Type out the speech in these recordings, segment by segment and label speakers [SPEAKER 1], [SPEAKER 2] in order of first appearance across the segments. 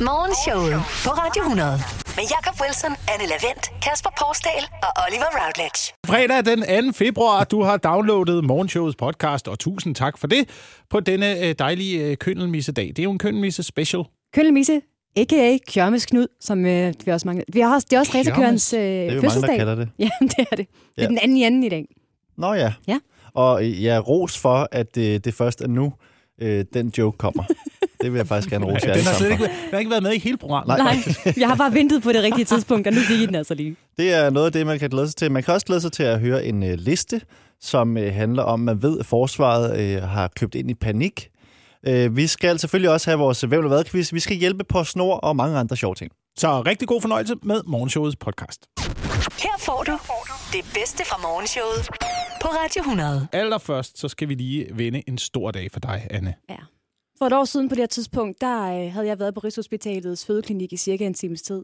[SPEAKER 1] Morgenshowet på Radio 100. Med Jakob Wilson, Anne Lavendt, Kasper Porsdal og Oliver Routledge.
[SPEAKER 2] Fredag den 2. februar, du har downloadet Morgenshowets podcast, og tusind tak for det på denne øh, dejlige øh, køndelmisse-dag. Det er jo en køndelmisse special.
[SPEAKER 3] Kølle Misse, a.k.a. Kjørmes Knud, som øh, vi også mangler. Vi har også, det er også
[SPEAKER 2] Kjørmes?
[SPEAKER 3] racerkørens øh,
[SPEAKER 4] Det er jo mange, der
[SPEAKER 3] fødselsdag.
[SPEAKER 4] kalder det.
[SPEAKER 3] Jamen, det er det. Ja. Det er
[SPEAKER 4] Ja.
[SPEAKER 3] den anden i anden i dag.
[SPEAKER 4] Nå ja.
[SPEAKER 3] Ja.
[SPEAKER 4] Og øh, ja, ros for, at øh, det først er nu, øh, den joke kommer. det vil jeg faktisk gerne rose jer
[SPEAKER 2] den,
[SPEAKER 4] alle
[SPEAKER 2] har slet
[SPEAKER 4] sammen
[SPEAKER 2] ikke,
[SPEAKER 4] for.
[SPEAKER 2] den har ikke været med i hele programmet.
[SPEAKER 4] Nej.
[SPEAKER 3] Nej, jeg har bare ventet på det rigtige tidspunkt, og nu fik I den altså lige.
[SPEAKER 4] Det er noget af det, man kan glæde sig til. Man kan også glæde sig til at høre en øh, liste, som øh, handler om, man ved, at forsvaret øh, har købt ind i panik. Øh, vi skal selvfølgelig også have vores øh, Hvem eller hvad quiz. Vi skal hjælpe på snor og mange andre sjove ting.
[SPEAKER 2] Så rigtig god fornøjelse med Morgenshowets podcast.
[SPEAKER 1] Her får du det bedste fra morgenshowet på Radio 100.
[SPEAKER 2] Allerførst, så skal vi lige vende en stor dag for dig, Anne.
[SPEAKER 3] For et år siden på det her tidspunkt, der øh, havde jeg været på Rigshospitalets fødeklinik i cirka en times tid.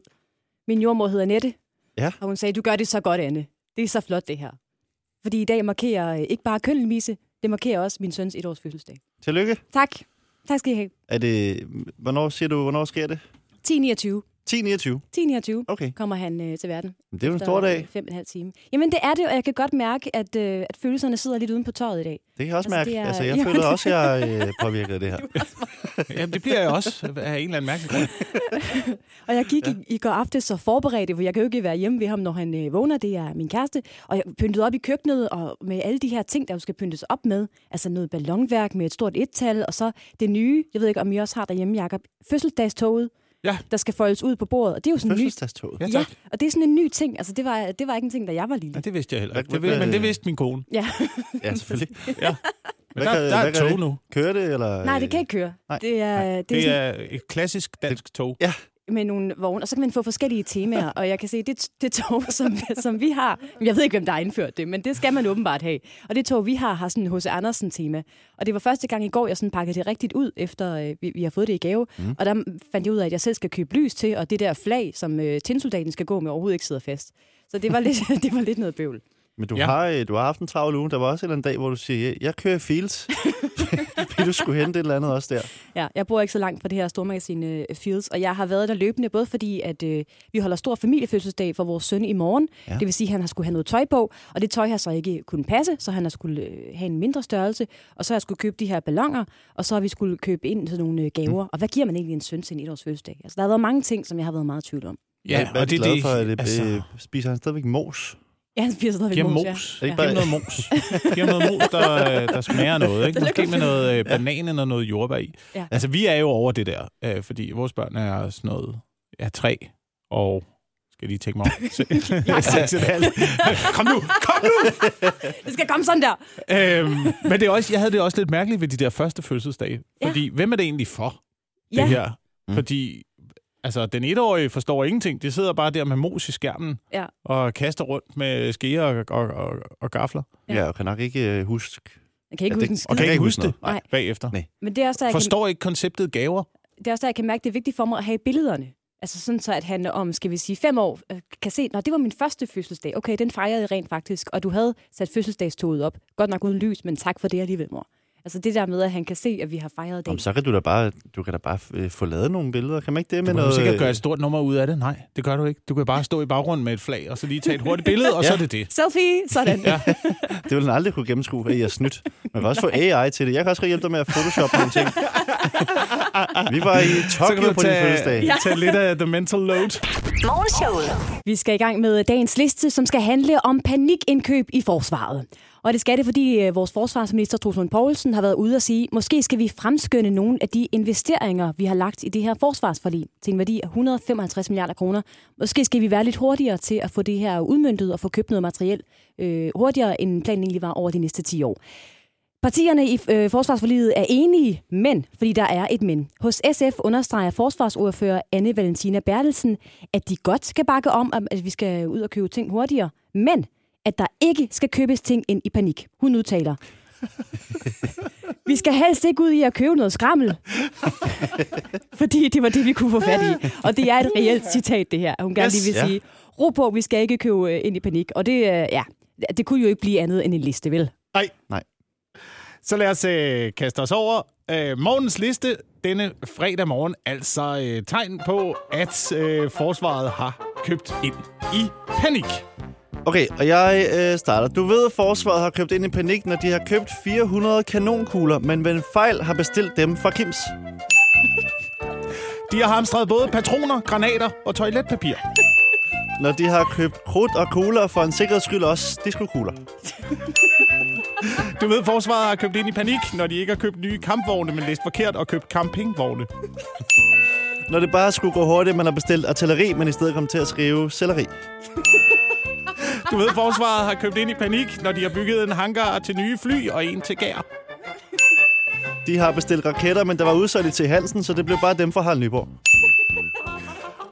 [SPEAKER 3] Min jordmor hedder Nette,
[SPEAKER 4] Ja.
[SPEAKER 3] og hun sagde, du gør det så godt, Anne. Det er så flot, det her. Fordi i dag markerer øh, ikke bare Kølle Misse, det markerer også min søns etårs fødselsdag.
[SPEAKER 4] Tillykke.
[SPEAKER 3] Tak. Tak skal I have.
[SPEAKER 4] Er det, øh, hvornår siger du, hvornår sker det?
[SPEAKER 3] 10.29.
[SPEAKER 4] 10.29.
[SPEAKER 3] 10.29
[SPEAKER 4] Okay.
[SPEAKER 3] kommer han øh, til verden.
[SPEAKER 4] Men Det er jo en stor dag.
[SPEAKER 3] Fem og en halv time. Jamen, det er det, og jeg kan godt mærke, at, øh, at følelserne sidder lidt uden på tøjet i dag.
[SPEAKER 4] Det kan jeg også
[SPEAKER 3] Altså,
[SPEAKER 4] mærke.
[SPEAKER 3] det er-
[SPEAKER 4] Altså, jeg
[SPEAKER 3] Ja.
[SPEAKER 4] føler også, at jeg øh, påvirket af det her.
[SPEAKER 2] Jamen, det bliver jeg også øh, af en eller anden mærkelig grund.
[SPEAKER 3] Og jeg gik ja. i, i går aftes så forberedt, for jeg kan jo ikke være hjemme ved ham, når han øh, vågner. Det er min kæreste. Og jeg pyntede op i køkkenet og med alle de her ting, der jo skal pyntes op med. Altså noget ballonværk med et stort et-tal, og så det nye, jeg ved ikke, om I også har derhjemme, Jacob, fødselsdagstoget,
[SPEAKER 2] Ja.
[SPEAKER 3] der skal foldes ud på bordet. Og det er jo sådan en ny...
[SPEAKER 4] Fødselsdagstoget.
[SPEAKER 2] Ja,
[SPEAKER 3] Ja,
[SPEAKER 2] tak.
[SPEAKER 3] og det er sådan en ny ting. Altså, det var, det var ikke en ting, da jeg var
[SPEAKER 2] Ja,
[SPEAKER 3] lille.
[SPEAKER 2] det vidste jeg heller ikke.
[SPEAKER 4] Hvad-
[SPEAKER 2] Det vidste, men det
[SPEAKER 4] hvad-
[SPEAKER 2] vidste min kone.
[SPEAKER 3] Ja.
[SPEAKER 4] Ja, selvfølgelig.
[SPEAKER 2] Men der,
[SPEAKER 4] Hvad kan-
[SPEAKER 2] der er
[SPEAKER 4] hvad
[SPEAKER 2] et
[SPEAKER 4] kan
[SPEAKER 2] tog
[SPEAKER 4] det?
[SPEAKER 2] nu.
[SPEAKER 4] Kører det, eller?
[SPEAKER 3] Nej, det kan ikke køre.
[SPEAKER 4] Øh, Nej.
[SPEAKER 3] Det er, det er, sådan-
[SPEAKER 2] Det er et klassisk dansk tog.
[SPEAKER 3] med nogle vogne, og så kan man få forskellige temaer, og jeg kan se, det, det tog, som, som vi har, jeg ved ikke, hvem der har indført det, men det skal man åbenbart have. Og det tog, vi har, har sådan en H.C. Andersen-tema. Og det var første gang i går, jeg sådan pakkede det rigtigt ud, efter øh, vi, vi har fået det i gave. Mm. Og der fandt jeg ud af, at jeg selv skal købe lys til, og det der flag, som øh, tændsoldaten skal gå med, overhovedet ikke sidder fast. Så det var lidt, det var lidt noget bøvl.
[SPEAKER 4] Men du,
[SPEAKER 2] Ja.
[SPEAKER 4] ja. har, øh, du har haft en travl uge. Der var også en eller anden dag, hvor du siger, jeg kører i Fields. Fordi du skulle hente et eller andet også der.
[SPEAKER 3] Ja, jeg bor ikke så langt fra det her stormagasin øh, Fields, og jeg har været der løbende, både fordi, at øh, vi holder stor familiefødselsdag for vores søn i morgen. Ja. Det vil sige, at han har skulle have noget tøj på, og det tøj har så ikke kunne passe, så han har skulle øh, have en mindre størrelse, og så har jeg skulle købe de her ballonger, og så har vi skulle købe ind til nogle øh, gaver. Mm. Og hvad giver man egentlig en søn til en etårs fødselsdag? Altså, der har været mange ting, som jeg har været meget i tvivl om.
[SPEAKER 4] Hvad- hvad er
[SPEAKER 2] og
[SPEAKER 4] det, glad for, at det,
[SPEAKER 2] altså,
[SPEAKER 4] altså... spiser han stadigvæk mos.
[SPEAKER 3] Ja, han bliver stadigvæk
[SPEAKER 2] Giv ham
[SPEAKER 3] mos,
[SPEAKER 2] mos.
[SPEAKER 3] ja.
[SPEAKER 2] mos.
[SPEAKER 4] Er det
[SPEAKER 2] Ja.
[SPEAKER 4] ikke
[SPEAKER 2] Giv ham noget mos. Giv
[SPEAKER 4] bare-
[SPEAKER 2] ham noget mos, der, øh, der smager af noget. Ikke? Måske med noget øh, banan eller noget jordbær i.
[SPEAKER 3] Ja.
[SPEAKER 2] Altså, vi er jo over det der, øh, fordi vores børn er sådan noget ja, tre og... Skal jeg lige tænke mig om? Se- Seks og et halvt. kom nu, kom nu!
[SPEAKER 3] Det skal komme sådan der!
[SPEAKER 2] Øhm, men det er også, jeg havde det også lidt mærkeligt ved de der første fødselsdage.
[SPEAKER 3] Ja.
[SPEAKER 2] Fordi, hvem er det egentlig for,
[SPEAKER 3] Ja.
[SPEAKER 2] det her? Mm. Fordi altså, den etårige forstår ingenting. Det sidder bare der med mos i skærmen
[SPEAKER 3] Ja.
[SPEAKER 2] og kaster rundt med skeer og, og, og, og gafler.
[SPEAKER 3] Ja.
[SPEAKER 4] Ja. ja, og kan nok ikke øh, huske.
[SPEAKER 3] Jeg kan ikke
[SPEAKER 4] ja,
[SPEAKER 3] huske en skid.
[SPEAKER 2] Og kan
[SPEAKER 4] jeg
[SPEAKER 2] ikke huske det
[SPEAKER 4] noget. Nej.
[SPEAKER 3] Nej.
[SPEAKER 2] bagefter.
[SPEAKER 4] Nej.
[SPEAKER 3] Men det er også, der, jeg kan-
[SPEAKER 2] Forstår ikke konceptet gaver.
[SPEAKER 3] det er også der, jeg kan mærke, det er vigtigt for mig at have billederne. Altså sådan så, at han om, skal vi sige, fem år øh, kan se, når det var min første fødselsdag. Okay, den fejrede jeg rent faktisk, og du havde sat fødselsdagstoget op. Godt nok uden lys, men tak for det alligevel, mor. Altså det der med, at han kan se, at vi har fejret
[SPEAKER 4] Om,
[SPEAKER 3] dagen.
[SPEAKER 4] så kan du da bare, du kan da bare øh, få lavet nogle billeder. Kan man ikke det øh,
[SPEAKER 2] Du
[SPEAKER 4] med
[SPEAKER 2] behøver
[SPEAKER 4] noget?
[SPEAKER 2] sikkert gøre et stort nummer ud af det. Nej, det gør du ikke. Du kan bare stå i baggrunden med et flag, og så lige tage et hurtigt billede, og ja. så er det det.
[SPEAKER 3] Selfie! Sådan. ja.
[SPEAKER 4] Det vil han aldrig kunne gennemskue, at I er snydt. Man kan også få AI til det. Jeg kan også godt hjælpe dig med at photoshoppe nogle ting. Vi var i Tokyo på din fødselsdag.
[SPEAKER 2] ja. tage lidt af the mental load.
[SPEAKER 1] Morgenshowet.
[SPEAKER 3] Vi skal i gang med dagens liste, som skal handle om panikindkøb i forsvaret. Og det skal det, fordi øh, vores forsvarsminister Troels Lund Poulsen har været ude og sige, måske skal vi fremskynde nogle af de investeringer, vi har lagt i det her forsvarsforlig til en værdi af 155 milliarder kroner. Måske skal vi være lidt hurtigere til at få det her udmyndtet og få købt noget materiel øh, hurtigere, end planen egentlig var over de næste 10 år. Partierne i øh, forsvarsforliget er enige, men, fordi der er et men. Hos SF understreger forsvarsordfører Anne Valentina Bertelsen, at de godt skal bakke om, om, at vi skal ud og købe ting hurtigere, men at der ikke skal købes ting ind i panik. Hun udtaler. Vi skal helst ikke ud i at købe noget skrammel, fordi det var det, vi kunne få fat i. Og det er et reelt citat, det her. Hun gerne
[SPEAKER 4] Yes,
[SPEAKER 3] lige vil
[SPEAKER 4] ja.
[SPEAKER 3] sige, ro på, vi skal ikke købe øh, ind i panik. Og det, øh, ja, det kunne jo ikke blive andet end en liste, vel?
[SPEAKER 4] Nej.
[SPEAKER 2] Så lad os øh, kaste os over øh, morgens liste denne fredag morgen. Altså øh, tegn på, at øh, forsvaret har købt ind i panik.
[SPEAKER 4] Okay, og jeg øh, starter. Du ved, at forsvaret har købt ind i panik, når de har købt 400 kanonkugler, men ved en fejl har bestilt dem fra Kims.
[SPEAKER 2] De har hamstret både patroner, granater og toiletpapir.
[SPEAKER 4] Når de har købt krudt og kugler, for en sikkerheds skyld også diskokugler.
[SPEAKER 2] Du ved, forsvaret har købt ind i panik, når de ikke har købt nye kampvogne, men læst forkert og købt campingvogne.
[SPEAKER 4] Når det bare skulle gå hurtigt, man har bestilt artilleri, men i stedet kom til at skrive selleri.
[SPEAKER 2] Du ved, forsvaret har købt ind i panik, når de har bygget en hangar til nye fly og en til gær.
[SPEAKER 4] De har bestilt raketter, men der var udsolgt til Hansen, så det blev bare dem fra Harald Nyborg.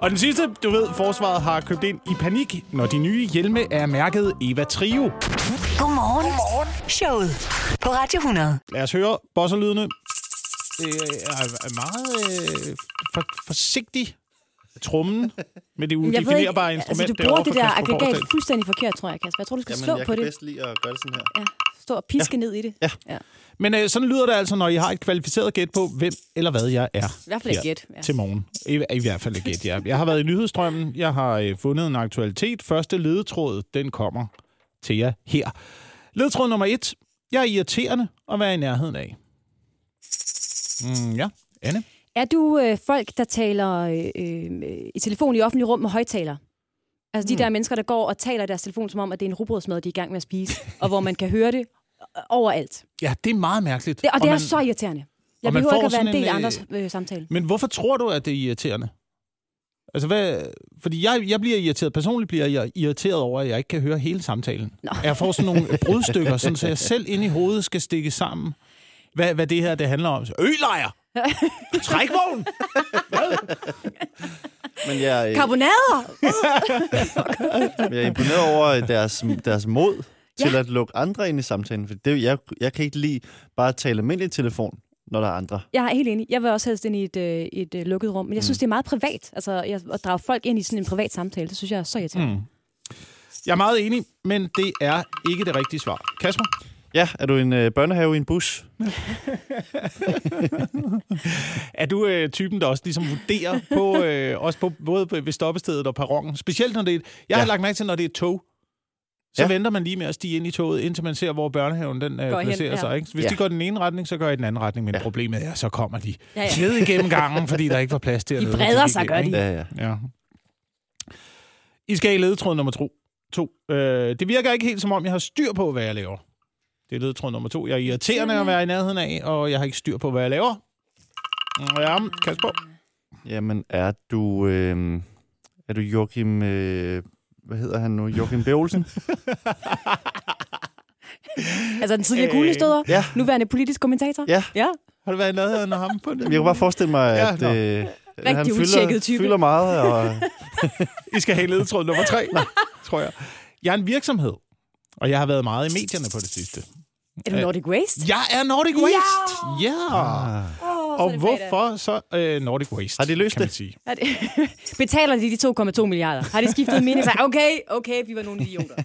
[SPEAKER 2] Og den sidste, du ved, forsvaret har købt ind i panik, når de nye hjelme er mærket Eva Trio.
[SPEAKER 1] Godmorgen. Godmorgen. Showet på Radio 100.
[SPEAKER 2] Lad os høre bosserlydene. Det er er meget øh, for, forsigtig trummen med det udefinerbare instrument.
[SPEAKER 3] altså, du
[SPEAKER 2] derovre
[SPEAKER 3] bruger det
[SPEAKER 2] fra
[SPEAKER 3] der
[SPEAKER 2] Kasper
[SPEAKER 3] aggregat
[SPEAKER 2] Poulsen.
[SPEAKER 3] fuldstændig forkert, tror jeg, Kasper. Jeg tror, du skal slå på det.
[SPEAKER 4] lide at gøre det sådan her.
[SPEAKER 3] Ja, stå og piske ned i det. Ja. ja.
[SPEAKER 2] Men øh, sådan lyder det altså, når I har et kvalificeret gæt på, hvem eller hvad jeg er. I
[SPEAKER 3] hvert fald et gæt, ja.
[SPEAKER 2] Til morgen. I, I hvert fald et gæt, ja. Jeg har været i nyhedsstrømmen. Jeg har øh, fundet en aktualitet. Første ledetråd, den kommer til jer her. Ledetråd nummer et. Jeg er irriterende at være i nærheden af. Mm, ja, Anne.
[SPEAKER 3] Er du øh, folk, der taler øh, øh, i telefon i offentlig rum med højtaler? Altså de
[SPEAKER 2] Hmm.
[SPEAKER 3] der mennesker, der går og taler i deres telefon, som om, at det er en rugbrødsmad, de er i gang med at spise, og hvor man kan høre det øh, overalt.
[SPEAKER 2] Ja, det er meget mærkeligt.
[SPEAKER 3] Det, og det
[SPEAKER 2] man,
[SPEAKER 3] er så irriterende. Jeg
[SPEAKER 2] og man
[SPEAKER 3] behøver
[SPEAKER 2] får
[SPEAKER 3] ikke at være
[SPEAKER 2] sådan en,
[SPEAKER 3] en del af
[SPEAKER 2] øh,
[SPEAKER 3] andres øh, samtale.
[SPEAKER 2] Men hvorfor tror du, at det er irriterende? Altså, hvad, fordi jeg, jeg bliver irriteret. Personligt bliver jeg irriteret over, at jeg ikke kan høre hele samtalen. Nå. Jeg får sådan nogle brudstykker, sådan, så jeg selv inde i hovedet skal stikke sammen, hvad, hvad det her det handler om. Så, Ølejr! Trækvogn!
[SPEAKER 4] Men jeg, øh,
[SPEAKER 3] Karbonader!
[SPEAKER 4] jeg er imponeret over deres, deres mod til ja. at lukke andre ind i samtalen. For det, jeg, jeg kan ikke lide bare at tale almindeligt i telefon, når der er andre.
[SPEAKER 3] Jeg er helt enig. Jeg vil også helst ind i et, øh, et øh, lukket rum, men jeg
[SPEAKER 2] Hmm.
[SPEAKER 3] synes, det er meget privat. Altså jeg, at drage folk ind i sådan en privat samtale, det synes jeg er så irriterende. Mm.
[SPEAKER 2] Jeg er meget enig, men det er ikke det rigtige svar. Kasper?
[SPEAKER 4] Ja, er du en øh, børnehave i en bus?
[SPEAKER 2] Er du øh, typen, der også ligesom vurderer på, øh, også på, både på, ved stoppestedet og perronen? Specielt når det er et, Jeg ja. har
[SPEAKER 4] Ja.
[SPEAKER 2] lagt mærke til, når det er et tog. Så ja.
[SPEAKER 4] Ja.
[SPEAKER 2] venter man lige med at stige ind i toget, indtil man ser, hvor børnehaven den øh,
[SPEAKER 3] Går hen,
[SPEAKER 2] placerer
[SPEAKER 3] ja.
[SPEAKER 2] sig. Ikke? Hvis ja.
[SPEAKER 4] Ja.
[SPEAKER 2] de går den ene retning, så går jeg i den anden retning. Men ja. problemet er, så kommer de ja,
[SPEAKER 3] Ja,
[SPEAKER 2] ja.
[SPEAKER 3] ja.
[SPEAKER 2] ned igennem gangen, fordi der ikke var plads til.
[SPEAKER 3] breder sig, gør de.
[SPEAKER 4] Ja, ja.
[SPEAKER 2] Ja. I skal i ledetråd nummer to. to. Øh, det virker ikke helt som om, jeg har styr på, hvad jeg laver. Det er ledetråd nummer to. Jeg er irriterende at være i nærheden af, og jeg har ikke styr på, hvad jeg laver. Ja, Kasper.
[SPEAKER 4] Jamen, er du... Øh, er du Joachim... Øh, hvad hedder han nu? Joachim B. Olsen?
[SPEAKER 3] Altså den
[SPEAKER 2] Øh.
[SPEAKER 3] tidligere kuglestøder,
[SPEAKER 4] ja.
[SPEAKER 3] nuværende politisk kommentator.
[SPEAKER 4] Ja.
[SPEAKER 3] ja.
[SPEAKER 2] Har du været i nærheden af ham på det?
[SPEAKER 4] Jeg kunne bare forestille mig,
[SPEAKER 2] Ja,
[SPEAKER 4] at
[SPEAKER 2] nå.
[SPEAKER 4] øh,
[SPEAKER 3] Rigtig
[SPEAKER 4] han
[SPEAKER 3] udtjekket
[SPEAKER 4] fylder,
[SPEAKER 3] type.
[SPEAKER 4] fylder meget. Og,
[SPEAKER 2] I skal have ledetråd nummer tre, tror jeg. Jeg er en virksomhed, og jeg har været meget i medierne på det sidste.
[SPEAKER 3] Er du Nordic Waste?
[SPEAKER 2] Jeg er Nordic Waste! Ja! ja.
[SPEAKER 3] Oh,
[SPEAKER 2] Og hvorfor så øh, Nordic Waste?
[SPEAKER 4] Ah. Har de løst
[SPEAKER 2] kan man
[SPEAKER 4] det?
[SPEAKER 2] Sige.
[SPEAKER 3] Er det, betaler de de 2,2 milliarder? Har de skiftet mening? Så, okay, okay, vi var nogle idioter.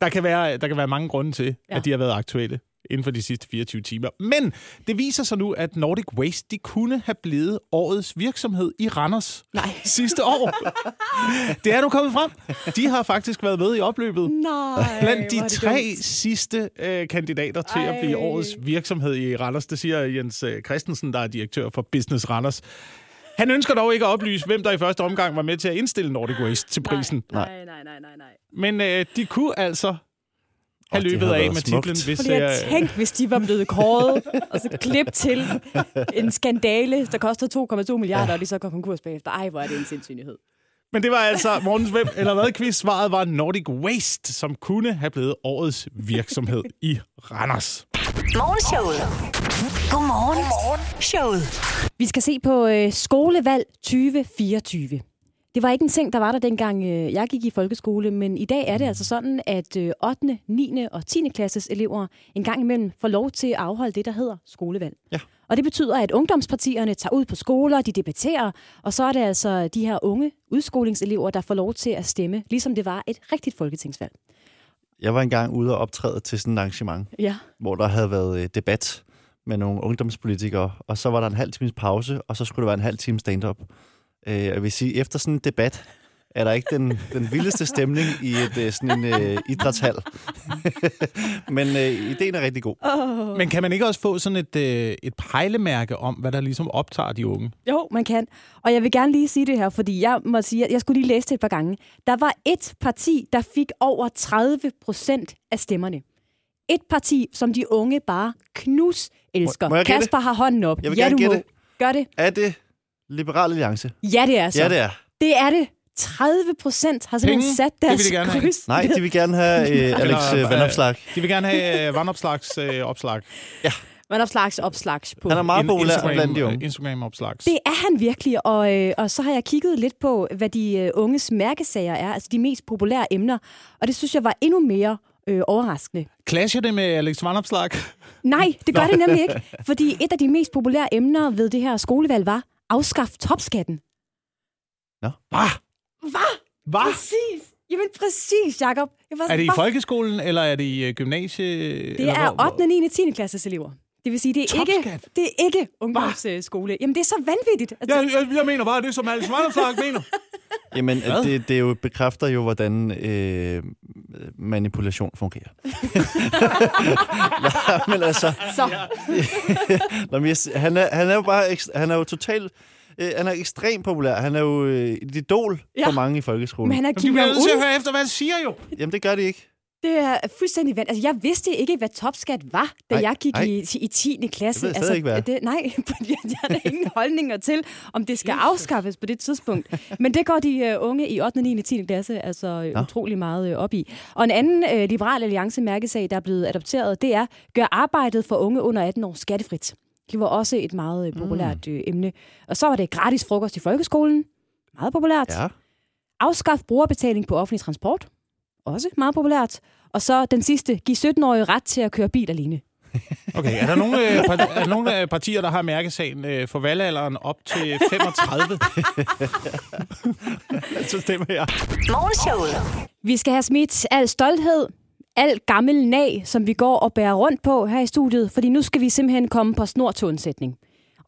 [SPEAKER 2] Der kan være, der kan være mange grunde til, ja.
[SPEAKER 3] Ja.
[SPEAKER 2] at de har været aktuelle inden for de sidste 24 timer. Men det viser sig nu, at Nordic Waste de kunne have blevet årets virksomhed i Randers
[SPEAKER 3] Nej.
[SPEAKER 2] sidste år. det er nu kommet frem. De har faktisk været med i opløbet.
[SPEAKER 3] Nej,
[SPEAKER 2] Blandt
[SPEAKER 3] hvor er
[SPEAKER 2] de
[SPEAKER 3] det
[SPEAKER 2] tre
[SPEAKER 3] dumt.
[SPEAKER 2] sidste øh, kandidater til Ej. at
[SPEAKER 3] Ej.
[SPEAKER 2] blive årets virksomhed i Randers, det siger Jens øh, Christensen, der er direktør for Business Randers. Han ønsker dog ikke at oplyse, hvem der i første omgang var med til at indstille Nordic Waste til prisen.
[SPEAKER 3] Nej, nej, nej, nej, nej.
[SPEAKER 2] Men øh, de kunne altså have
[SPEAKER 4] det
[SPEAKER 2] løbet
[SPEAKER 4] har
[SPEAKER 2] af
[SPEAKER 4] været
[SPEAKER 2] med
[SPEAKER 4] smukt.
[SPEAKER 2] titlen, hvis...
[SPEAKER 3] Fordi jeg
[SPEAKER 2] øh,
[SPEAKER 3] tænkte, hvis de var blevet kåret, og så klip til en skandale, der koster 2,2 milliarder, og de så går konkurs bagefter. Ej, hvor er det en sindssynlighed.
[SPEAKER 2] Men det var altså morgens hvem eller hvad quiz. Svaret var Nordic Waste, som kunne have blevet årets virksomhed i Randers.
[SPEAKER 1] Morgenshowet. Godmorgen. Godmorgen. Showet.
[SPEAKER 3] Vi skal se på øh, skolevalg 2024. Det var ikke en ting, der var der dengang øh, jeg gik i folkeskole, men i dag er det altså sådan, at øh, 8., 9. og 10. klasses elever en gang imellem får lov til at afholde det, der hedder skolevalg.
[SPEAKER 4] Ja.
[SPEAKER 3] Og det betyder, at ungdomspartierne tager ud på skoler, de debatterer, og så er det altså de her unge udskolingselever, der får lov til at stemme, ligesom det var et rigtigt folketingsvalg.
[SPEAKER 4] Jeg var engang ude og optræde til sådan et arrangement,
[SPEAKER 3] Ja.
[SPEAKER 4] hvor der havde været øh, debat med nogle ungdomspolitikere, og så var der en halv times pause, og så skulle der være en halv time stand-up. Øh, og jeg vil sige, efter sådan en debat, er der ikke den, den vildeste stemning i et, øh, sådan en øh, idrætshal. Men øh, ideen er rigtig god.
[SPEAKER 2] Men kan man ikke også få sådan et, øh, et pejlemærke om, hvad der ligesom optager de unge?
[SPEAKER 3] Jo, man kan. Og jeg vil gerne lige sige det her, fordi jeg må sige, at jeg skulle lige læse det et par gange. Der var et parti, der fik over 30 procent af stemmerne. Et parti, som de unge bare knus elsker.
[SPEAKER 4] Må- må jeg gætte?
[SPEAKER 3] Kasper har hånden op.
[SPEAKER 4] Jeg vil
[SPEAKER 3] ja,
[SPEAKER 4] gerne
[SPEAKER 3] du må.
[SPEAKER 4] gætte.
[SPEAKER 3] Gør det.
[SPEAKER 4] Er det Liberal Alliance?
[SPEAKER 3] Ja, det er så.
[SPEAKER 4] Ja, det er.
[SPEAKER 3] Det er det. 30 procent har simpelthen
[SPEAKER 2] Penge?
[SPEAKER 3] sat
[SPEAKER 2] Det vil
[SPEAKER 3] deres
[SPEAKER 2] de gerne have.
[SPEAKER 3] kryds.
[SPEAKER 4] Nej, de vil gerne have øh, Alex
[SPEAKER 2] Eller,
[SPEAKER 4] øh,
[SPEAKER 2] øh,
[SPEAKER 4] Vandopslag.
[SPEAKER 2] De vil gerne have øh, vandopslags øh, opslag.
[SPEAKER 3] Man har slags opslag på.
[SPEAKER 4] Han er meget
[SPEAKER 2] In-
[SPEAKER 4] populær
[SPEAKER 2] Instagram,
[SPEAKER 4] blandt de
[SPEAKER 2] øh,
[SPEAKER 4] unge.
[SPEAKER 2] Instagram-opslags.
[SPEAKER 3] Det er han virkelig, og, øh, og så har jeg kigget lidt på, hvad de øh, unges mærkesager er, altså de mest populære emner, og det synes jeg var endnu mere øh, overraskende.
[SPEAKER 2] Clasher det med Alex Vandopslag?
[SPEAKER 3] Nej, det gør det nemlig ikke, fordi et af de mest populære emner ved det her skolevalg var, afskaf topskatten.
[SPEAKER 2] Hva?
[SPEAKER 3] Hvad?
[SPEAKER 2] Hva?
[SPEAKER 3] Præcis! Jamen præcis, Jacob. Jeg var
[SPEAKER 2] Ah. Er det i
[SPEAKER 3] "Hvad
[SPEAKER 2] folkeskolen, eller er det i øh, gymnasie?
[SPEAKER 3] Det er 8., 9., 10. klasses elever. Det vil sige, det er ikke,
[SPEAKER 2] Topskat?
[SPEAKER 3] det er ikke ungdomsskole. Jamen, det er så vanvittigt. Altså,
[SPEAKER 2] Jeg, jeg, jeg mener bare, det er, som Alex Vandopslag mener.
[SPEAKER 4] Jamen,
[SPEAKER 2] Hvad?
[SPEAKER 4] det, det jo bekræfter jo, hvordan øh, manipulation fungerer. Nej, men altså,
[SPEAKER 3] så,
[SPEAKER 4] nå, men jeg s- han, er, han er jo bare ekst- han er jo totalt... Øh, han er ekstremt populær. Han er jo øh, et idol
[SPEAKER 3] Ja.
[SPEAKER 4] for mange i folkeskolen.
[SPEAKER 3] men han er
[SPEAKER 2] De
[SPEAKER 3] Kim
[SPEAKER 2] bliver nødt til at
[SPEAKER 3] Jong-un.
[SPEAKER 2] høre efter, hvad han siger jo.
[SPEAKER 4] Jamen, det gør de ikke.
[SPEAKER 3] Det er fuldstændig vandt. Altså, jeg vidste ikke, hvad topskat var, da
[SPEAKER 4] Nej,
[SPEAKER 3] jeg gik
[SPEAKER 4] nej.
[SPEAKER 3] i, i 10. klasse.
[SPEAKER 4] Det ved jeg
[SPEAKER 3] altså,
[SPEAKER 4] stadig ikke, hvad er.
[SPEAKER 3] det, nej, jeg har da ingen holdninger til, om det skal afskaffes på det tidspunkt. Men det går de uh, unge i 8., 9. og 10. klasse altså ja. utrolig meget uh, op i. Og en anden uh, liberal alliance-mærkesag, der er blevet adopteret, det er, gør arbejdet for unge under 18 år skattefrit. Det var også et meget
[SPEAKER 4] Mm.
[SPEAKER 3] øh, populært øh, emne. Og så var det gratis frokost i folkeskolen. Meget populært.
[SPEAKER 4] Ja.
[SPEAKER 3] Afskaf brugerbetaling på offentlig transport. Også meget populært. Og så den sidste. Giv 17-årige ret til at køre bil alene.
[SPEAKER 2] Okay, er der nogle, øh, par- er der nogle øh, partier, der har mærkesagen øh, for valgalderen op til 35?
[SPEAKER 4] Så stemmer jeg.
[SPEAKER 1] Morgenshowet.
[SPEAKER 3] Vi skal have smidt al stolthed, al gammel nag, som vi går og bærer rundt på her i studiet, fordi nu skal vi simpelthen komme på snor til undsætning.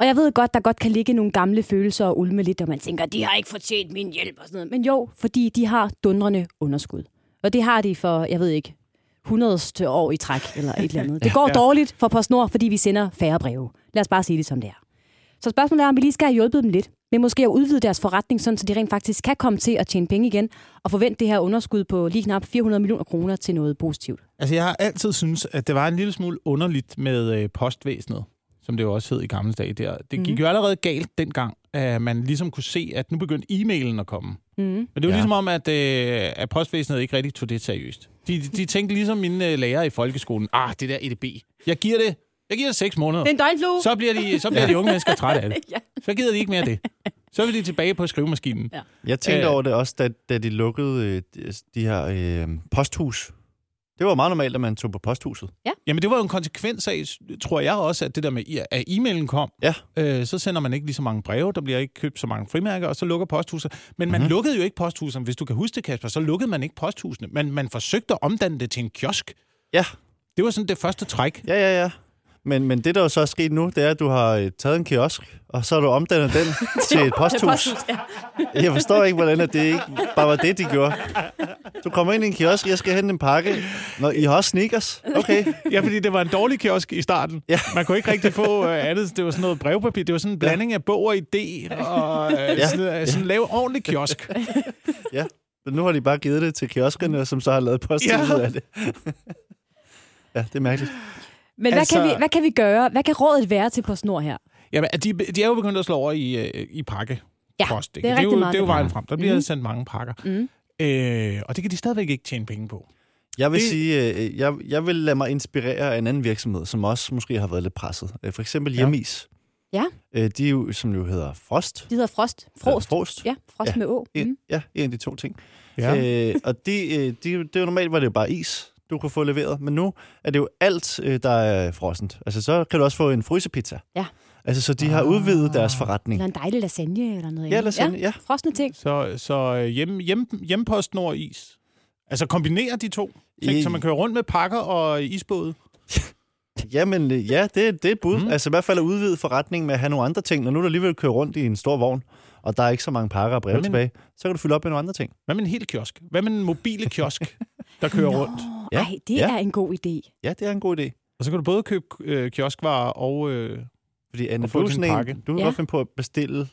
[SPEAKER 3] Og jeg ved godt, der godt kan ligge nogle gamle følelser og ulme lidt, og man tænker, de har ikke fortjent min hjælp og sådan noget. Men jo, fordi de har dundrende underskud. Og det har de for, jeg ved ikke, 100 år i træk eller et eller andet. Det går dårligt for PostNord, fordi vi sender færre breve. Lad os bare sige det, som det er. Så spørgsmålet er, om vi lige skal have hjulpet dem lidt, men måske at udvide deres forretning, sådan, så de rent faktisk kan komme til at tjene penge igen, og forvente det her underskud på lige knap 400 millioner kroner til noget positivt.
[SPEAKER 2] Altså, jeg har altid synes, at det var en lille smule underligt med øh, postvæsenet, som det jo også hed i gamle dage der. Det gik mm. jo allerede galt dengang, at man ligesom kunne se, at nu begyndte e-mailen at komme. Mm. Men det var ja.
[SPEAKER 4] Ja.
[SPEAKER 2] ligesom om, at, øh, at postvæsenet ikke rigtig tog det seriøst. De, de, de tænkte ligesom mine øh, lærere i folkeskolen, ah, det der EDB, jeg giver det, jeg giver det seks måneder.
[SPEAKER 3] Det er en døgnflue!
[SPEAKER 2] Så bliver de, så bliver de unge mennesker trætte af det.
[SPEAKER 3] Ja.
[SPEAKER 2] Så gider de ikke mere det. Så vil de tilbage på skrivemaskinen.
[SPEAKER 3] Ja.
[SPEAKER 4] Jeg tænkte
[SPEAKER 2] Øh.
[SPEAKER 4] over det også, da, da de lukkede øh, de, de her øh, posthus. Det var meget normalt, at man tog på posthuset.
[SPEAKER 2] Jamen, det var jo en konsekvens af, tror jeg også, at det der med, at e-mailen kom,
[SPEAKER 4] Ja.
[SPEAKER 2] øh, så sender man ikke lige så mange breve, der bliver ikke købt så mange frimærker, og så lukker posthuset. Men man mm-hmm. lukkede jo ikke posthusene. Hvis du kan huske det, Kasper, så lukkede man ikke posthusene. Man, man forsøgte at omdanne det til en kiosk.
[SPEAKER 4] Ja,
[SPEAKER 2] Det var sådan det første træk.
[SPEAKER 4] Ja, ja, ja. Men, men det, der jo så er sket nu, det er, at du har øh, taget en kiosk, og så har du omdannet den til et posthus.
[SPEAKER 3] ja.
[SPEAKER 4] Jeg forstår ikke, hvordan at det ikke bare var det, de gjorde. Du kommer ind i en kiosk, jeg skal hente en pakke. Nå, I har også sneakers? Okay.
[SPEAKER 2] Ja, fordi det var en dårlig kiosk i starten. Ja. Man kunne ikke rigtig få øh, andet. Det var sådan noget brevpapir. Det var sådan en blanding af bog og idé, og øh, ja. sådan, øh, sådan en lav ordentlig kiosk.
[SPEAKER 4] Ja. Men nu har de bare givet det til kioskerne, som så har lavet posthuset
[SPEAKER 2] Ja.
[SPEAKER 4] ja. af det. Ja, det er mærkeligt.
[SPEAKER 3] Men hvad,
[SPEAKER 2] Altså-
[SPEAKER 3] kan vi, hvad kan vi gøre? Hvad kan rådet være til PostNord her?
[SPEAKER 2] Jamen, de, de er jo begyndt at slå over i, øh, i pakke.
[SPEAKER 3] Ja,
[SPEAKER 2] post, ikke?
[SPEAKER 3] det er
[SPEAKER 2] det er jo,
[SPEAKER 3] rigtig meget,
[SPEAKER 2] Det er jo
[SPEAKER 3] det Mhm.
[SPEAKER 2] vejen frem. Der bliver mm. sendt mange pakker. Mm. Øh, og det kan de stadigvæk ikke tjene penge på.
[SPEAKER 4] Jeg vil
[SPEAKER 2] Det-
[SPEAKER 4] det... sige, øh, jeg, jeg vil lade mig inspirere af en anden virksomhed, som også måske har været lidt presset. Øh, For eksempel
[SPEAKER 2] Ja.
[SPEAKER 4] Hjemmeis.
[SPEAKER 3] Ja.
[SPEAKER 4] Øh, De er jo, som jo hedder Frost.
[SPEAKER 3] Det hedder Frost. Frost.
[SPEAKER 4] Frost.
[SPEAKER 3] Ja, Frost ja.
[SPEAKER 4] Ja.
[SPEAKER 3] med Å.
[SPEAKER 4] En,
[SPEAKER 3] Mm.
[SPEAKER 4] mm. Ja, en af de to ting.
[SPEAKER 2] Ja.
[SPEAKER 4] Øh, og de, øh, de, det er jo normalt, var det jo bare is, du kunne få leveret. Men nu er det jo alt, øh, der er frossent. Altså, så kan du også få en frysepizza.
[SPEAKER 3] Ja.
[SPEAKER 4] Altså, så de har
[SPEAKER 2] Ah.
[SPEAKER 4] udvidet deres forretning.
[SPEAKER 3] Eller en dejlig lasagne eller noget
[SPEAKER 4] Ja,
[SPEAKER 3] andet.
[SPEAKER 4] lasagne, ja.
[SPEAKER 3] Frosne ting.
[SPEAKER 2] Så, så øh, hjem, hjem, hjempost nord is. Altså kombinere de to ting,
[SPEAKER 4] I-
[SPEAKER 2] så man kører rundt med pakker og isbåde.
[SPEAKER 4] Jamen, øh, ja, det, det er et bud. Mm. Altså i hvert fald at udvide forretningen med at have nogle andre ting. Når nu du alligevel kører rundt i en stor vogn, og der er ikke så mange pakker og breve
[SPEAKER 2] Jamen.
[SPEAKER 4] tilbage, så kan du fylde op med nogle andre ting.
[SPEAKER 2] Hvad med en hel kiosk? Hvad med en mobile kiosk, der kører rundt?
[SPEAKER 4] Ja,
[SPEAKER 3] Ja. Ej, det
[SPEAKER 4] ja.
[SPEAKER 3] ja. er en god idé.
[SPEAKER 4] Ja, det er en god idé.
[SPEAKER 2] Og så kan du både købe øh, kioskvarer og... Øh,
[SPEAKER 4] Fordi Anne,
[SPEAKER 2] Og få
[SPEAKER 4] du, er
[SPEAKER 2] din
[SPEAKER 4] sådan en,
[SPEAKER 2] pakke.
[SPEAKER 4] du kan
[SPEAKER 3] Ja.
[SPEAKER 4] godt finde på at bestille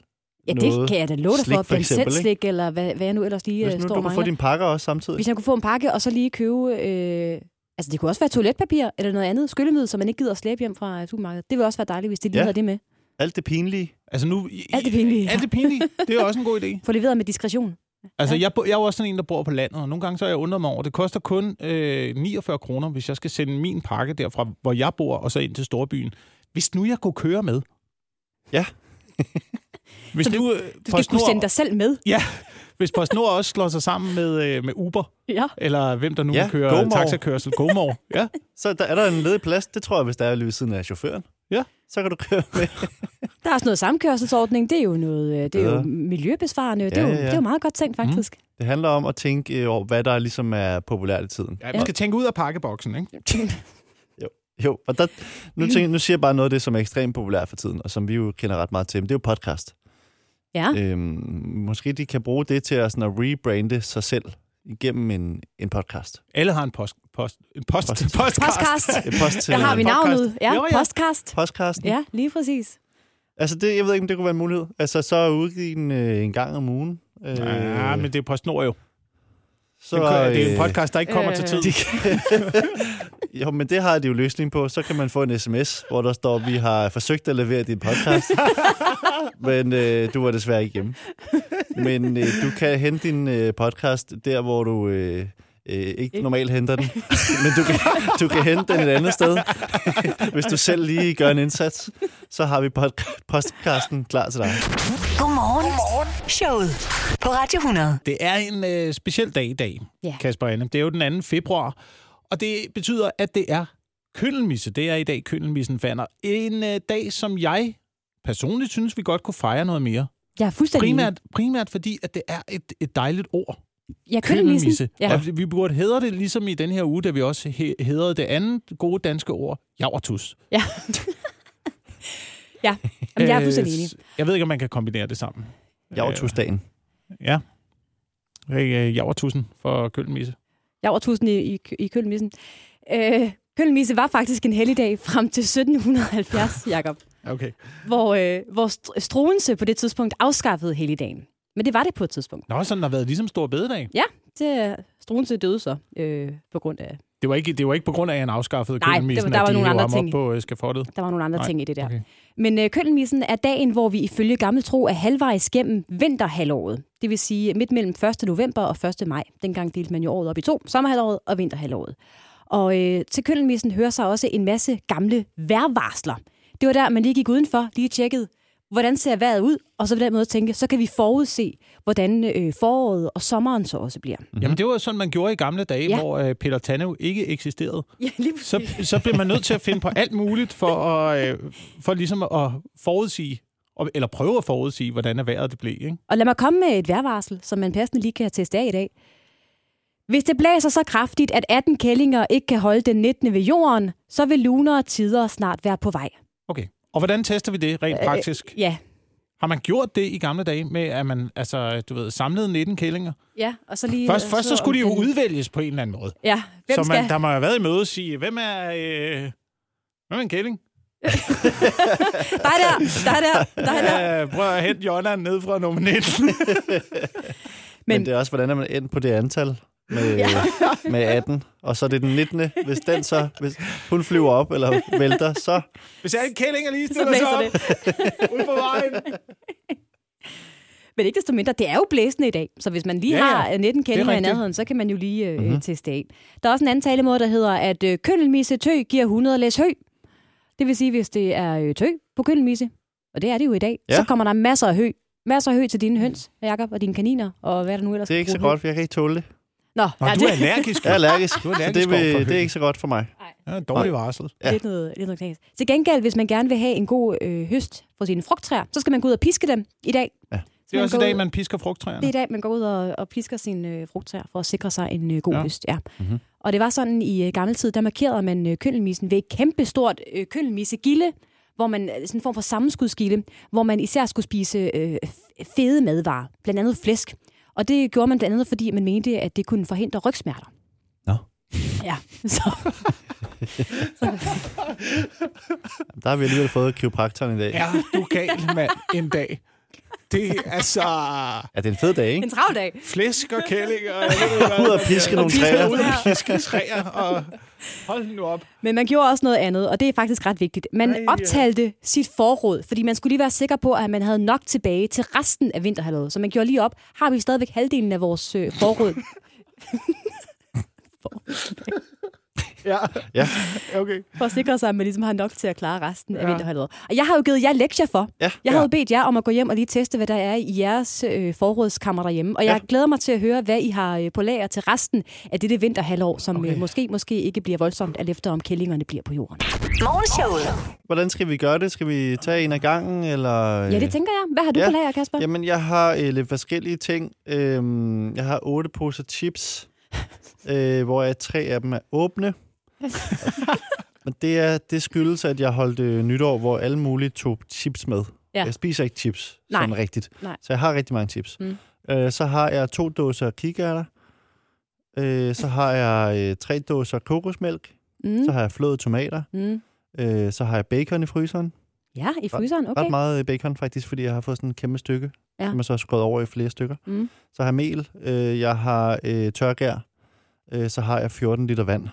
[SPEAKER 3] Ja,
[SPEAKER 4] noget.
[SPEAKER 3] det kan jeg da love dig
[SPEAKER 4] Slik,
[SPEAKER 3] for.
[SPEAKER 4] for
[SPEAKER 3] Blandt
[SPEAKER 4] eksempel,
[SPEAKER 3] selv
[SPEAKER 4] ikke?
[SPEAKER 3] slik, eller hvad, hvad jeg nu ellers lige
[SPEAKER 4] Hvis
[SPEAKER 3] øh,
[SPEAKER 4] nu
[SPEAKER 3] står
[SPEAKER 4] du
[SPEAKER 3] og
[SPEAKER 4] kan få
[SPEAKER 3] mangler.
[SPEAKER 4] dine pakker også samtidig.
[SPEAKER 3] Hvis jeg kunne få en pakke, og så lige købe... Øh, altså, det kunne også være toiletpapir eller noget andet skyllemiddel, som man ikke gider at slæbe hjem fra øh, supermarkedet. Det ville også være dejligt, hvis de lige
[SPEAKER 4] Ja.
[SPEAKER 3] ja. havde det med.
[SPEAKER 4] Alt det pinlige.
[SPEAKER 2] altså nu... i-
[SPEAKER 3] Alt det pinlige,
[SPEAKER 2] Alt det pinlige. Det er også en god idé.
[SPEAKER 3] Få leveret med diskretion.
[SPEAKER 2] Altså,
[SPEAKER 3] Ja.
[SPEAKER 2] jeg, bo- jeg er jo også sådan en, der bor på landet, og nogle gange så er jeg undret mig over, det koster kun øh, 49 kroner, hvis jeg skal sende min pakke derfra, hvor jeg bor, og så ind til storbyen. Hvis nu jeg kunne køre med.
[SPEAKER 4] Ja.
[SPEAKER 2] hvis
[SPEAKER 3] Så
[SPEAKER 2] nu, øh,
[SPEAKER 3] Du skal kunne
[SPEAKER 2] PostNord-
[SPEAKER 3] sende dig selv med.
[SPEAKER 2] Ja, hvis PostNord også slår sig sammen med, øh, med Uber,
[SPEAKER 3] Ja.
[SPEAKER 2] eller hvem der nu
[SPEAKER 4] Ja,
[SPEAKER 2] ja, kører
[SPEAKER 4] GoMore.
[SPEAKER 2] taxakørsel, GoMore. Ja.
[SPEAKER 4] Så der, er der en ledig plads, det tror jeg, hvis der er lige ved siden af chaufføren.
[SPEAKER 2] Ja.
[SPEAKER 4] Så kan du køre med.
[SPEAKER 3] Der er også noget samkørselsordning. Det er jo, noget, øh, det er jo
[SPEAKER 4] Ja.
[SPEAKER 3] miljøbesvarende. Ja, det, er jo,
[SPEAKER 4] Ja, ja, ja.
[SPEAKER 3] det er jo meget godt tænkt, faktisk. Mm.
[SPEAKER 4] Det handler om at tænke øh, over, hvad der ligesom er populært i tiden.
[SPEAKER 2] ja, vi skal tænke ud af pakkeboksen, ikke?
[SPEAKER 4] Jo, og der, nu, tænker, nu siger jeg bare noget af det, som er ekstremt populært for tiden, og som vi jo kender ret meget til, men det er jo podcast.
[SPEAKER 3] Ja.
[SPEAKER 4] Øhm, måske de kan bruge det til at, sådan at rebrande sig selv igennem en, en podcast.
[SPEAKER 2] Alle har en post, post, en post,
[SPEAKER 4] Post.
[SPEAKER 2] post. postcast.
[SPEAKER 3] Podcast.
[SPEAKER 4] En post til
[SPEAKER 3] Der har vi
[SPEAKER 2] podcast.
[SPEAKER 3] navnet. Ja,
[SPEAKER 2] Jo, ja.
[SPEAKER 3] podcast.
[SPEAKER 4] podcasten.
[SPEAKER 3] Ja, lige præcis.
[SPEAKER 4] Altså, det, jeg ved ikke, om det kunne være en mulighed. Altså, så udgive den øh, en gang om ugen. Øh,
[SPEAKER 2] Ja, men det er PostNord jo.
[SPEAKER 4] så,
[SPEAKER 2] Så, det er en
[SPEAKER 4] øh,
[SPEAKER 2] podcast, der ikke kommer øh, til
[SPEAKER 3] Øh.
[SPEAKER 2] tid.
[SPEAKER 4] De kan... jo, men det har de jo løsning på. Så kan man få en sms, hvor der står, vi har forsøgt at levere din podcast, men øh, du var desværre ikke hjemme. Men øh, du kan hente din øh, podcast der, hvor du øh, øh, ikke normalt henter den, men du kan, du kan hente den et andet sted. Hvis du selv lige gør en indsats, så har vi podca- podcasten klar til dig.
[SPEAKER 1] Godmorgen. Godmorgen. Showet på Radio 100.
[SPEAKER 2] Det er en øh, speciel dag i dag,
[SPEAKER 3] Ja.
[SPEAKER 2] Kasper Anne. Det er jo den 2. februar, og det betyder, at det er køndelmisse. Det er i dag køndelmissen fander. En øh, dag, som jeg personligt synes, vi godt kunne fejre noget mere.
[SPEAKER 3] Jeg er fuldstændig
[SPEAKER 2] Primært, primært fordi, at det er et, et dejligt ord.
[SPEAKER 3] enig. Ja, køndelmisse.
[SPEAKER 2] Køndelmisse.
[SPEAKER 3] Ja.
[SPEAKER 2] Og vi burde hedre det ligesom i den her uge, da vi også he- hedrede det andet gode danske ord, javertus.
[SPEAKER 3] Ja. ja. Jamen, jeg er
[SPEAKER 2] Øh,
[SPEAKER 3] fuldstændig enig.
[SPEAKER 2] s- Jeg ved ikke, om man kan kombinere det sammen.
[SPEAKER 4] Jeg var tusdagen.
[SPEAKER 2] Ja. Øh, Javertussen for køndelmisse.
[SPEAKER 3] Jeg var tusind i, i, i køndelmissen. Øh, køndelmisse var faktisk en helligdag frem til 1770, Jakob.
[SPEAKER 2] Okay.
[SPEAKER 3] hvor, øh, hvor Str- Struense på det tidspunkt afskaffede helligdagen. Men det var det på et tidspunkt.
[SPEAKER 2] Nå, sådan har været ligesom stor bededag.
[SPEAKER 3] Det, Struense døde så øh, på grund af...
[SPEAKER 2] Det var ikke, det var ikke på grund af, at han afskaffede
[SPEAKER 3] Nej,
[SPEAKER 2] køkkenmisen,
[SPEAKER 3] det var- der
[SPEAKER 2] at
[SPEAKER 3] var
[SPEAKER 2] de
[SPEAKER 3] nogle
[SPEAKER 2] hev
[SPEAKER 3] andre
[SPEAKER 2] ham
[SPEAKER 3] ting.
[SPEAKER 2] op på øh, skafottet.
[SPEAKER 3] Der var nogle andre
[SPEAKER 2] Nej,
[SPEAKER 3] Nej, ting i det der.
[SPEAKER 2] okay.
[SPEAKER 3] Okay. Men øh, køndelmissen er dagen, hvor vi ifølge gammel tro er halvvejs gennem vinterhalvåret. Det vil sige midt mellem 1. november og 1. maj. Dengang delte man jo året op i to. Sommerhalvåret og vinterhalvåret. Og øh, til køndelmissen hører sig også en masse gamle vejrvarsler. Det var der, man lige gik udenfor, lige tjekkede, hvordan ser vejret ud, og så på den måde tænke, så kan vi forudse, hvordan øh, foråret og sommeren så også bliver.
[SPEAKER 2] Mm-hmm. Jamen, det var sådan, man gjorde i gamle dage, ja.
[SPEAKER 3] Ja.
[SPEAKER 2] hvor øh, Peter Tannev ikke eksisterede.
[SPEAKER 3] Ja, lige
[SPEAKER 2] Så, så blev man nødt til at finde på alt muligt for, at, øh, for ligesom at forudsige, og- eller prøve at forudsige, hvordan er vejret det blev. Ikke?
[SPEAKER 3] Og lad mig komme med et vejrvarsel, som man passende lige kan teste af i dag. Hvis det blæser så kraftigt, at 18 kællinger ikke kan holde den 19. ved jorden, så vil lunere tider snart være på vej.
[SPEAKER 2] Okay. Og hvordan tester vi det
[SPEAKER 3] Øh,
[SPEAKER 2] rent praktisk?
[SPEAKER 3] Ja,
[SPEAKER 2] Har man gjort det i gamle dage med, at man altså, du ved, samlede 19 kællinger?
[SPEAKER 3] ja og så lige...
[SPEAKER 2] Først, først så skulle de jo udvælges på en eller anden måde.
[SPEAKER 3] Ja, hvem
[SPEAKER 2] så man,
[SPEAKER 3] skal...
[SPEAKER 2] der må have været i møde og sige, hvem er, øh, hvem er en kælling?
[SPEAKER 3] Dig der, dig der, dig der.
[SPEAKER 2] Ja, Øh, prøv at hente Jonna ned fra nummer 19.
[SPEAKER 4] Men, men
[SPEAKER 3] Men-
[SPEAKER 4] det er også, hvordan er man endt på det antal med, ja.
[SPEAKER 3] Ja.
[SPEAKER 4] med 18, og så er det den 19. Hvis den så, hvis hun flyver op eller vælter, så...
[SPEAKER 2] Hvis alle kællinger lige
[SPEAKER 3] Så
[SPEAKER 2] stiller sig
[SPEAKER 3] blæser
[SPEAKER 2] op
[SPEAKER 3] det.
[SPEAKER 2] ude på vejen.
[SPEAKER 3] Men ikke desto mindre, det er jo blæsende i dag. Så hvis man lige
[SPEAKER 2] Ja,
[SPEAKER 3] ja,
[SPEAKER 2] ja.
[SPEAKER 3] ja. har 19 kællinger i
[SPEAKER 2] rigtigt.
[SPEAKER 3] nærheden, så kan man jo lige øh, mm-hmm. teste af. Der er også en anden talemåde, der hedder, at øh, køndelmisse tø giver 100 læs hø. Det vil sige, hvis det er øh, tø på køndelmisse, og det er det jo i dag,
[SPEAKER 4] Ja.
[SPEAKER 3] ja. så kommer der masser af hø. Masser af hø til dine høns, Jakob, og dine kaniner, og hvad der nu ellers
[SPEAKER 4] Det er
[SPEAKER 3] kan
[SPEAKER 4] ikke så
[SPEAKER 3] bruge hø.
[SPEAKER 4] godt, for jeg kan ikke tåle det.
[SPEAKER 3] Nå,
[SPEAKER 2] Nå,
[SPEAKER 3] ja,
[SPEAKER 2] du
[SPEAKER 3] det,
[SPEAKER 2] er allergisk.
[SPEAKER 4] Jeg er allergisk,
[SPEAKER 2] Du er
[SPEAKER 4] så
[SPEAKER 2] allergisk
[SPEAKER 4] det,
[SPEAKER 2] overfor
[SPEAKER 4] vil,
[SPEAKER 2] hø.
[SPEAKER 4] det er ikke så godt for mig.
[SPEAKER 2] Ja, en dårlig varsel.
[SPEAKER 4] Ja.
[SPEAKER 3] ja. lidt, noget, lidt noget knas. Til gengæld, hvis man gerne vil have en god øh, høst for sine frugttræer, så skal man gå ud og piske dem i dag.
[SPEAKER 4] Ja.
[SPEAKER 3] Ja.
[SPEAKER 2] Det er også i
[SPEAKER 3] går
[SPEAKER 2] dag,
[SPEAKER 3] ud-
[SPEAKER 2] man pisker frugttræerne.
[SPEAKER 3] Det er i dag, man går ud og, og pisker sin øh, frugttræer for at sikre sig en øh, god
[SPEAKER 2] Ja.
[SPEAKER 3] ja. høst. Ja.
[SPEAKER 4] Mhm.
[SPEAKER 3] Mm-hmm. Og det var sådan i øh, gammel tid, der markerede man øh, køndelmisen ved et kæmpestort øh, køndelmisegilde, hvor man, øh, sådan en form for sammenskudsgilde, hvor man især skulle spise øh, f- fede madvarer, blandt andet flæsk. Og det gjorde man blandt andet, fordi man mente, at det kunne forhindre rygsmerter.
[SPEAKER 4] Nå.
[SPEAKER 3] Ja, så
[SPEAKER 4] Der har vi alligevel fået kiropraktoren i dag. Ja.
[SPEAKER 2] Er du gal, mand, en dag? Det er altså...
[SPEAKER 4] Er det en fed dag, ikke?
[SPEAKER 3] en travl dag.
[SPEAKER 2] Flæsk og kælling og... jeg ved ikke
[SPEAKER 4] Ud
[SPEAKER 2] hvad.
[SPEAKER 4] og piske nogle
[SPEAKER 2] pisker
[SPEAKER 4] træer.
[SPEAKER 2] Ud og piske træer og... Hold nu op.
[SPEAKER 3] Men man gjorde også noget andet, og det er faktisk ret vigtigt. Man
[SPEAKER 2] Ej, ja.
[SPEAKER 3] optalte sit forråd, fordi man skulle lige være sikker på, at man havde nok tilbage til resten af vinterhalvåret. Så man gjorde lige op, har vi stadigvæk halvdelen af vores øh, forråd?
[SPEAKER 2] Ja,
[SPEAKER 4] Ja.
[SPEAKER 2] okay.
[SPEAKER 3] for at sikre sig, at man ligesom har nok til at klare resten af
[SPEAKER 2] Ja.
[SPEAKER 3] vinterhalvåret. Og jeg har jo givet jer lektier for.
[SPEAKER 4] Ja.
[SPEAKER 3] Jeg
[SPEAKER 2] Ja.
[SPEAKER 3] har jo bedt jer om at gå hjem og lige teste, hvad der er i jeres øh, forrådskammer derhjemme. Og jeg
[SPEAKER 2] Ja.
[SPEAKER 3] glæder mig til at høre, hvad I har øh, på lager til resten af dette vinterhalvår, som okay. øh, måske, måske ikke bliver voldsomt, alt efter om kællingerne bliver på jorden.
[SPEAKER 1] Morgenshowet.
[SPEAKER 4] Hvordan skal vi gøre det? Skal vi tage en af gangen, eller...
[SPEAKER 3] Ja, det tænker jeg. Hvad har du
[SPEAKER 4] Øh. Ja.
[SPEAKER 3] på lager, Kasper?
[SPEAKER 4] Jamen, jeg har øh, lidt forskellige ting. Øhm, jeg har otte poser chips, øh, hvor jeg, tre af dem er åbne. Men det, er, det skyldes, at jeg holdt øh, nytår, hvor alle mulige tog chips med.
[SPEAKER 3] Ja.
[SPEAKER 4] Jeg spiser ikke chips
[SPEAKER 3] Nej.
[SPEAKER 4] sådan rigtigt.
[SPEAKER 3] Nej.
[SPEAKER 4] Så jeg har rigtig mange chips.
[SPEAKER 3] Mm.
[SPEAKER 4] Øh, så har jeg to dåser kikærter. Øh, så har jeg øh, tre dåser kokosmælk. Mm. Så har jeg flåede tomater.
[SPEAKER 3] Mm. Mm.
[SPEAKER 4] Øh, så har jeg bacon i fryseren.
[SPEAKER 3] Ja, i fryseren,
[SPEAKER 4] Okay. Ret
[SPEAKER 3] okay.
[SPEAKER 4] meget øh, bacon faktisk, fordi jeg har fået sådan en kæmpe stykke, ja.
[SPEAKER 3] Ja.
[SPEAKER 4] som jeg så har skåret over i flere stykker.
[SPEAKER 3] Mm.
[SPEAKER 4] Så har jeg mel, øh, jeg har øh, tørgær, øh, så har jeg 14 liter vand.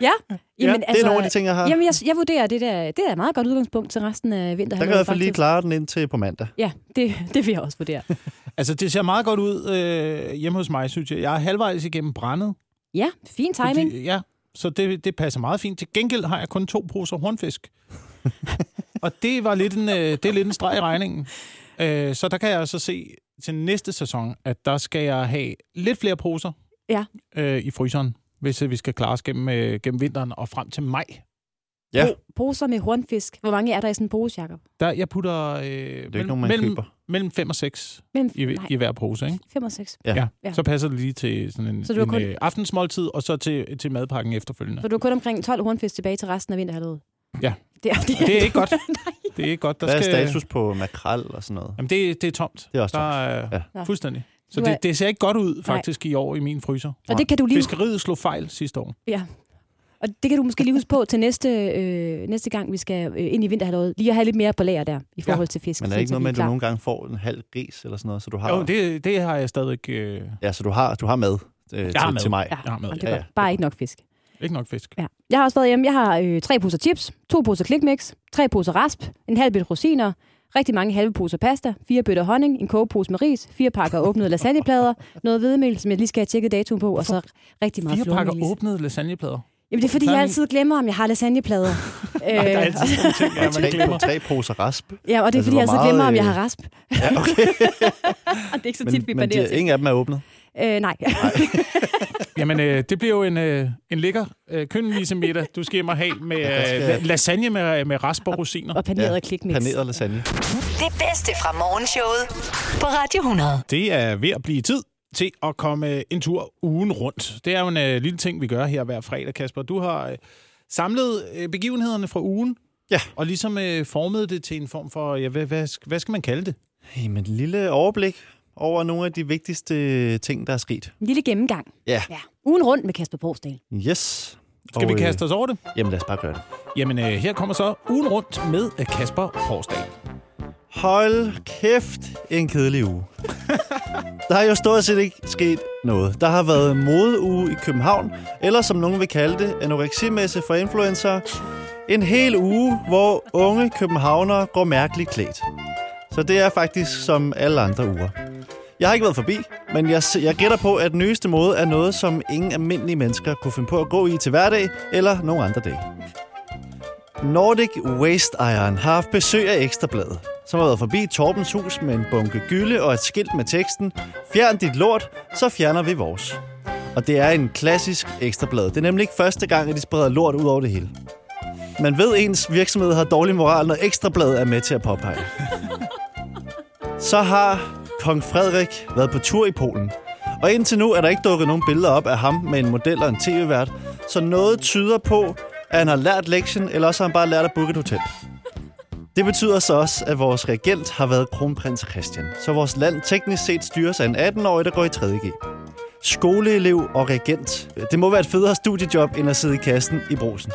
[SPEAKER 3] Jamen, altså,
[SPEAKER 4] det er nogle af de ting, jeg har. Jamen,
[SPEAKER 3] Jamen, jeg, jeg vurderer, det der, det er et meget godt udgangspunkt til resten af vinteren.
[SPEAKER 4] der kan jeg i hvert fald lige klare den indtil på mandag.
[SPEAKER 3] Ja, det, det vil jeg også vurdere.
[SPEAKER 2] Altså, det ser meget godt ud øh, hjemme hos mig, synes jeg. Jeg er halvvejs igennem brændet.
[SPEAKER 3] Ja, fin timing.
[SPEAKER 2] Fordi, ja, så det, det passer meget fint. Til gengæld har jeg kun to poser hornfisk. og det, var lidt en, øh, det er lidt en streg i regningen. Øh, så der kan jeg så se til næste sæson, at der skal jeg have lidt flere poser
[SPEAKER 3] Ja.
[SPEAKER 2] øh, i fryseren, hvis øh, vi skal klare os gennem, øh, gennem vinteren og frem til maj.
[SPEAKER 4] Ja, det
[SPEAKER 3] Po- Poser med hornfisk. Hvor mange er der i sådan en pose, Jacob?
[SPEAKER 2] Der, jeg putter øh,
[SPEAKER 4] er jo ikke
[SPEAKER 2] mellem,
[SPEAKER 4] nogen, man
[SPEAKER 2] mellem,
[SPEAKER 4] køber.
[SPEAKER 2] mellem 5 og 6
[SPEAKER 3] Mellem,
[SPEAKER 2] i,
[SPEAKER 3] nej,
[SPEAKER 2] i hver pose, ikke?
[SPEAKER 3] 5 og 6.
[SPEAKER 4] Ja.
[SPEAKER 2] ja.
[SPEAKER 3] Ja.
[SPEAKER 2] Så passer det lige til sådan en,
[SPEAKER 3] Så
[SPEAKER 2] så
[SPEAKER 3] du har
[SPEAKER 2] en
[SPEAKER 3] kun-
[SPEAKER 2] øh, aftensmåltid, og så til, til madpakken efterfølgende.
[SPEAKER 3] Så du har kun omkring 12 hornfisk tilbage til resten af vinterhalvåret.
[SPEAKER 2] Ja.
[SPEAKER 3] Det er, det
[SPEAKER 2] Det er ikke godt. Det er ikke godt. Der
[SPEAKER 4] Hvad er
[SPEAKER 2] skal,
[SPEAKER 4] status på makrel og sådan noget?
[SPEAKER 2] Jamen, det, det er tomt.
[SPEAKER 4] Det er også
[SPEAKER 2] Der er,
[SPEAKER 4] Ja.
[SPEAKER 2] ja.
[SPEAKER 3] Nå.
[SPEAKER 2] Fuldstændig. Så
[SPEAKER 3] Du er-
[SPEAKER 2] det, det ser ikke godt ud faktisk i år i min fryser.
[SPEAKER 3] Og det kan du lige...
[SPEAKER 2] Fiskeriet slog fejl sidste år.
[SPEAKER 3] Ja. Og det kan du måske lige huske på til næste, øh, næste gang, vi skal øh, ind i vinterhalvåret. Lige at have lidt mere på lager der, i forhold til fisk.
[SPEAKER 4] Men er
[SPEAKER 3] sådan
[SPEAKER 4] det ikke
[SPEAKER 3] så
[SPEAKER 4] noget
[SPEAKER 3] vi
[SPEAKER 4] med, at du
[SPEAKER 3] klar.
[SPEAKER 4] nogle gange får en halv gris eller sådan noget, så du har...
[SPEAKER 2] Jo, det, det har jeg stadigvæk øh,
[SPEAKER 4] Ja, så du har, du har mad øh, til,
[SPEAKER 2] har mad.
[SPEAKER 4] til mig.
[SPEAKER 3] Ja,
[SPEAKER 2] Jeg har med.
[SPEAKER 3] jamen, det
[SPEAKER 4] Ja,
[SPEAKER 3] er
[SPEAKER 4] ja,
[SPEAKER 3] godt. Bare ikke nok fisk.
[SPEAKER 2] ikke nok fisk.
[SPEAKER 3] Ja. Jeg har også været hjemme. Jeg har øh, tre poser chips, to poser klikmix, tre poser rasp, en halv bit rosiner, rigtig mange halve poser pasta, fire bøtter honning, en kogepose med ris, fire pakker åbnede lasagneplader, noget hvedemel, som jeg lige skal have tjekket datoen på, og så rigtig meget Øh.
[SPEAKER 2] Fire pakker
[SPEAKER 3] flormelis.
[SPEAKER 2] åbnede lasagneplader.
[SPEAKER 3] Jamen det er fordi,
[SPEAKER 2] Der er
[SPEAKER 3] jeg
[SPEAKER 2] en-
[SPEAKER 3] altid glemmer, om jeg har lasagneplader.
[SPEAKER 2] Der er
[SPEAKER 3] øh,
[SPEAKER 2] altid sådan nogle ting,
[SPEAKER 4] Og
[SPEAKER 2] at man glemmer.
[SPEAKER 4] tre, tre poser rasp.
[SPEAKER 3] ja, og det er
[SPEAKER 4] Altså,
[SPEAKER 3] fordi, jeg
[SPEAKER 4] hvor
[SPEAKER 3] altid glemmer,
[SPEAKER 4] meget,
[SPEAKER 3] om jeg
[SPEAKER 4] øh,
[SPEAKER 3] har rasp.
[SPEAKER 4] Ja, okay.
[SPEAKER 3] Og det er ikke så tit, vi
[SPEAKER 4] men, men de,
[SPEAKER 3] banderer
[SPEAKER 4] er-
[SPEAKER 3] til.
[SPEAKER 4] ingen af dem er åbnet.
[SPEAKER 3] Øh, nej.
[SPEAKER 2] Jamen, øh, det bliver jo en, øh, en lækker øh, køndenvise middag, du skal hjem og have med
[SPEAKER 4] skal-
[SPEAKER 2] øh, lasagne med, med rasp og rosiner.
[SPEAKER 3] og paneret
[SPEAKER 4] Ja,
[SPEAKER 3] ja, klikmix.
[SPEAKER 4] Paneret lasagne.
[SPEAKER 1] Det bedste fra morgenshowet på Radio 100.
[SPEAKER 2] Det er ved at blive tid til at komme øh, en tur ugen rundt. Det er jo en øh, lille ting, vi gør her hver fredag, Kasper. Du har øh, samlet øh, begivenhederne fra ugen,
[SPEAKER 4] Ja.
[SPEAKER 2] og ligesom øh, formet det til en form for, ja, hvad, hvad, sk- hvad skal man kalde det?
[SPEAKER 4] Jamen, et lille overblik over nogle af de vigtigste ting, der er sket.
[SPEAKER 3] En lille gennemgang.
[SPEAKER 4] Ja.
[SPEAKER 3] ja. Ugen rundt med Kasper Porsdal.
[SPEAKER 4] Yes.
[SPEAKER 2] Skal vi kaste os over det?
[SPEAKER 4] Øh, jamen, lad os bare gøre det.
[SPEAKER 2] Jamen, øh, her kommer så ugen rundt med øh, Kasper Horsdal.
[SPEAKER 4] Hold kæft, en kedelig uge. der har jo stort set ikke sket noget. Der har været modeuge i København, eller som nogen vil kalde det, anoreksimesse for influencer. En hel uge, hvor unge københavnere går mærkeligt klædt. Så det er faktisk som alle andre uger. Jeg har ikke været forbi, men jeg, s- jeg gætter på, at den nyeste måde er noget, som ingen almindelige mennesker kunne finde på at gå i til hverdag eller nogen andre dag. Nordic Waste Iron har haft besøg af Ekstrabladet, som har været forbi Torbens hus med en bunke gylde og et skilt med teksten Fjern dit lort, så fjerner vi vores. Og det er en klassisk Ekstrablad. Det er nemlig ikke første gang, at de spreder lort ud over det hele. Man ved, ens virksomhed har dårlig moral, når Ekstrabladet er med til at påpege. det. så har kong Frederik været på tur i Polen. Og indtil nu er der ikke dukket nogen billeder op af ham med en model og en tv-vært, så noget tyder på, at han har lært lektien, eller også har han bare lært at booke et hotel. Det betyder så også, at vores regent har været kronprins Christian, så vores land teknisk set styres af en 18-årig, der går i 3.G. Skoleelev og regent. Det må være et federe studiejob, end at sidde i kassen i brosen.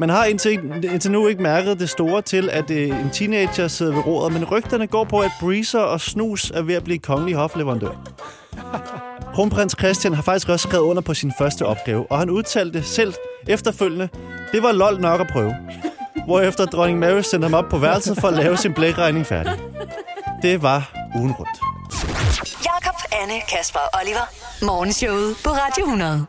[SPEAKER 4] Man har indtil, indtil nu ikke mærket det store til, at øh, en teenager sidder ved roret, men rygterne går på, at Breezer og Snus er ved at blive kongelig hofleverandør. Kronprins Christian har faktisk også skrevet under på sin første opgave, og han udtalte selv efterfølgende, det var lol nok at prøve. Hvorefter dronning Mary sendte ham op på værelset for at lave sin blækregning færdig. Det var ugen rundt.
[SPEAKER 1] Jakob, Anne, Kasper og Oliver. Morgenshowet på Radio 100.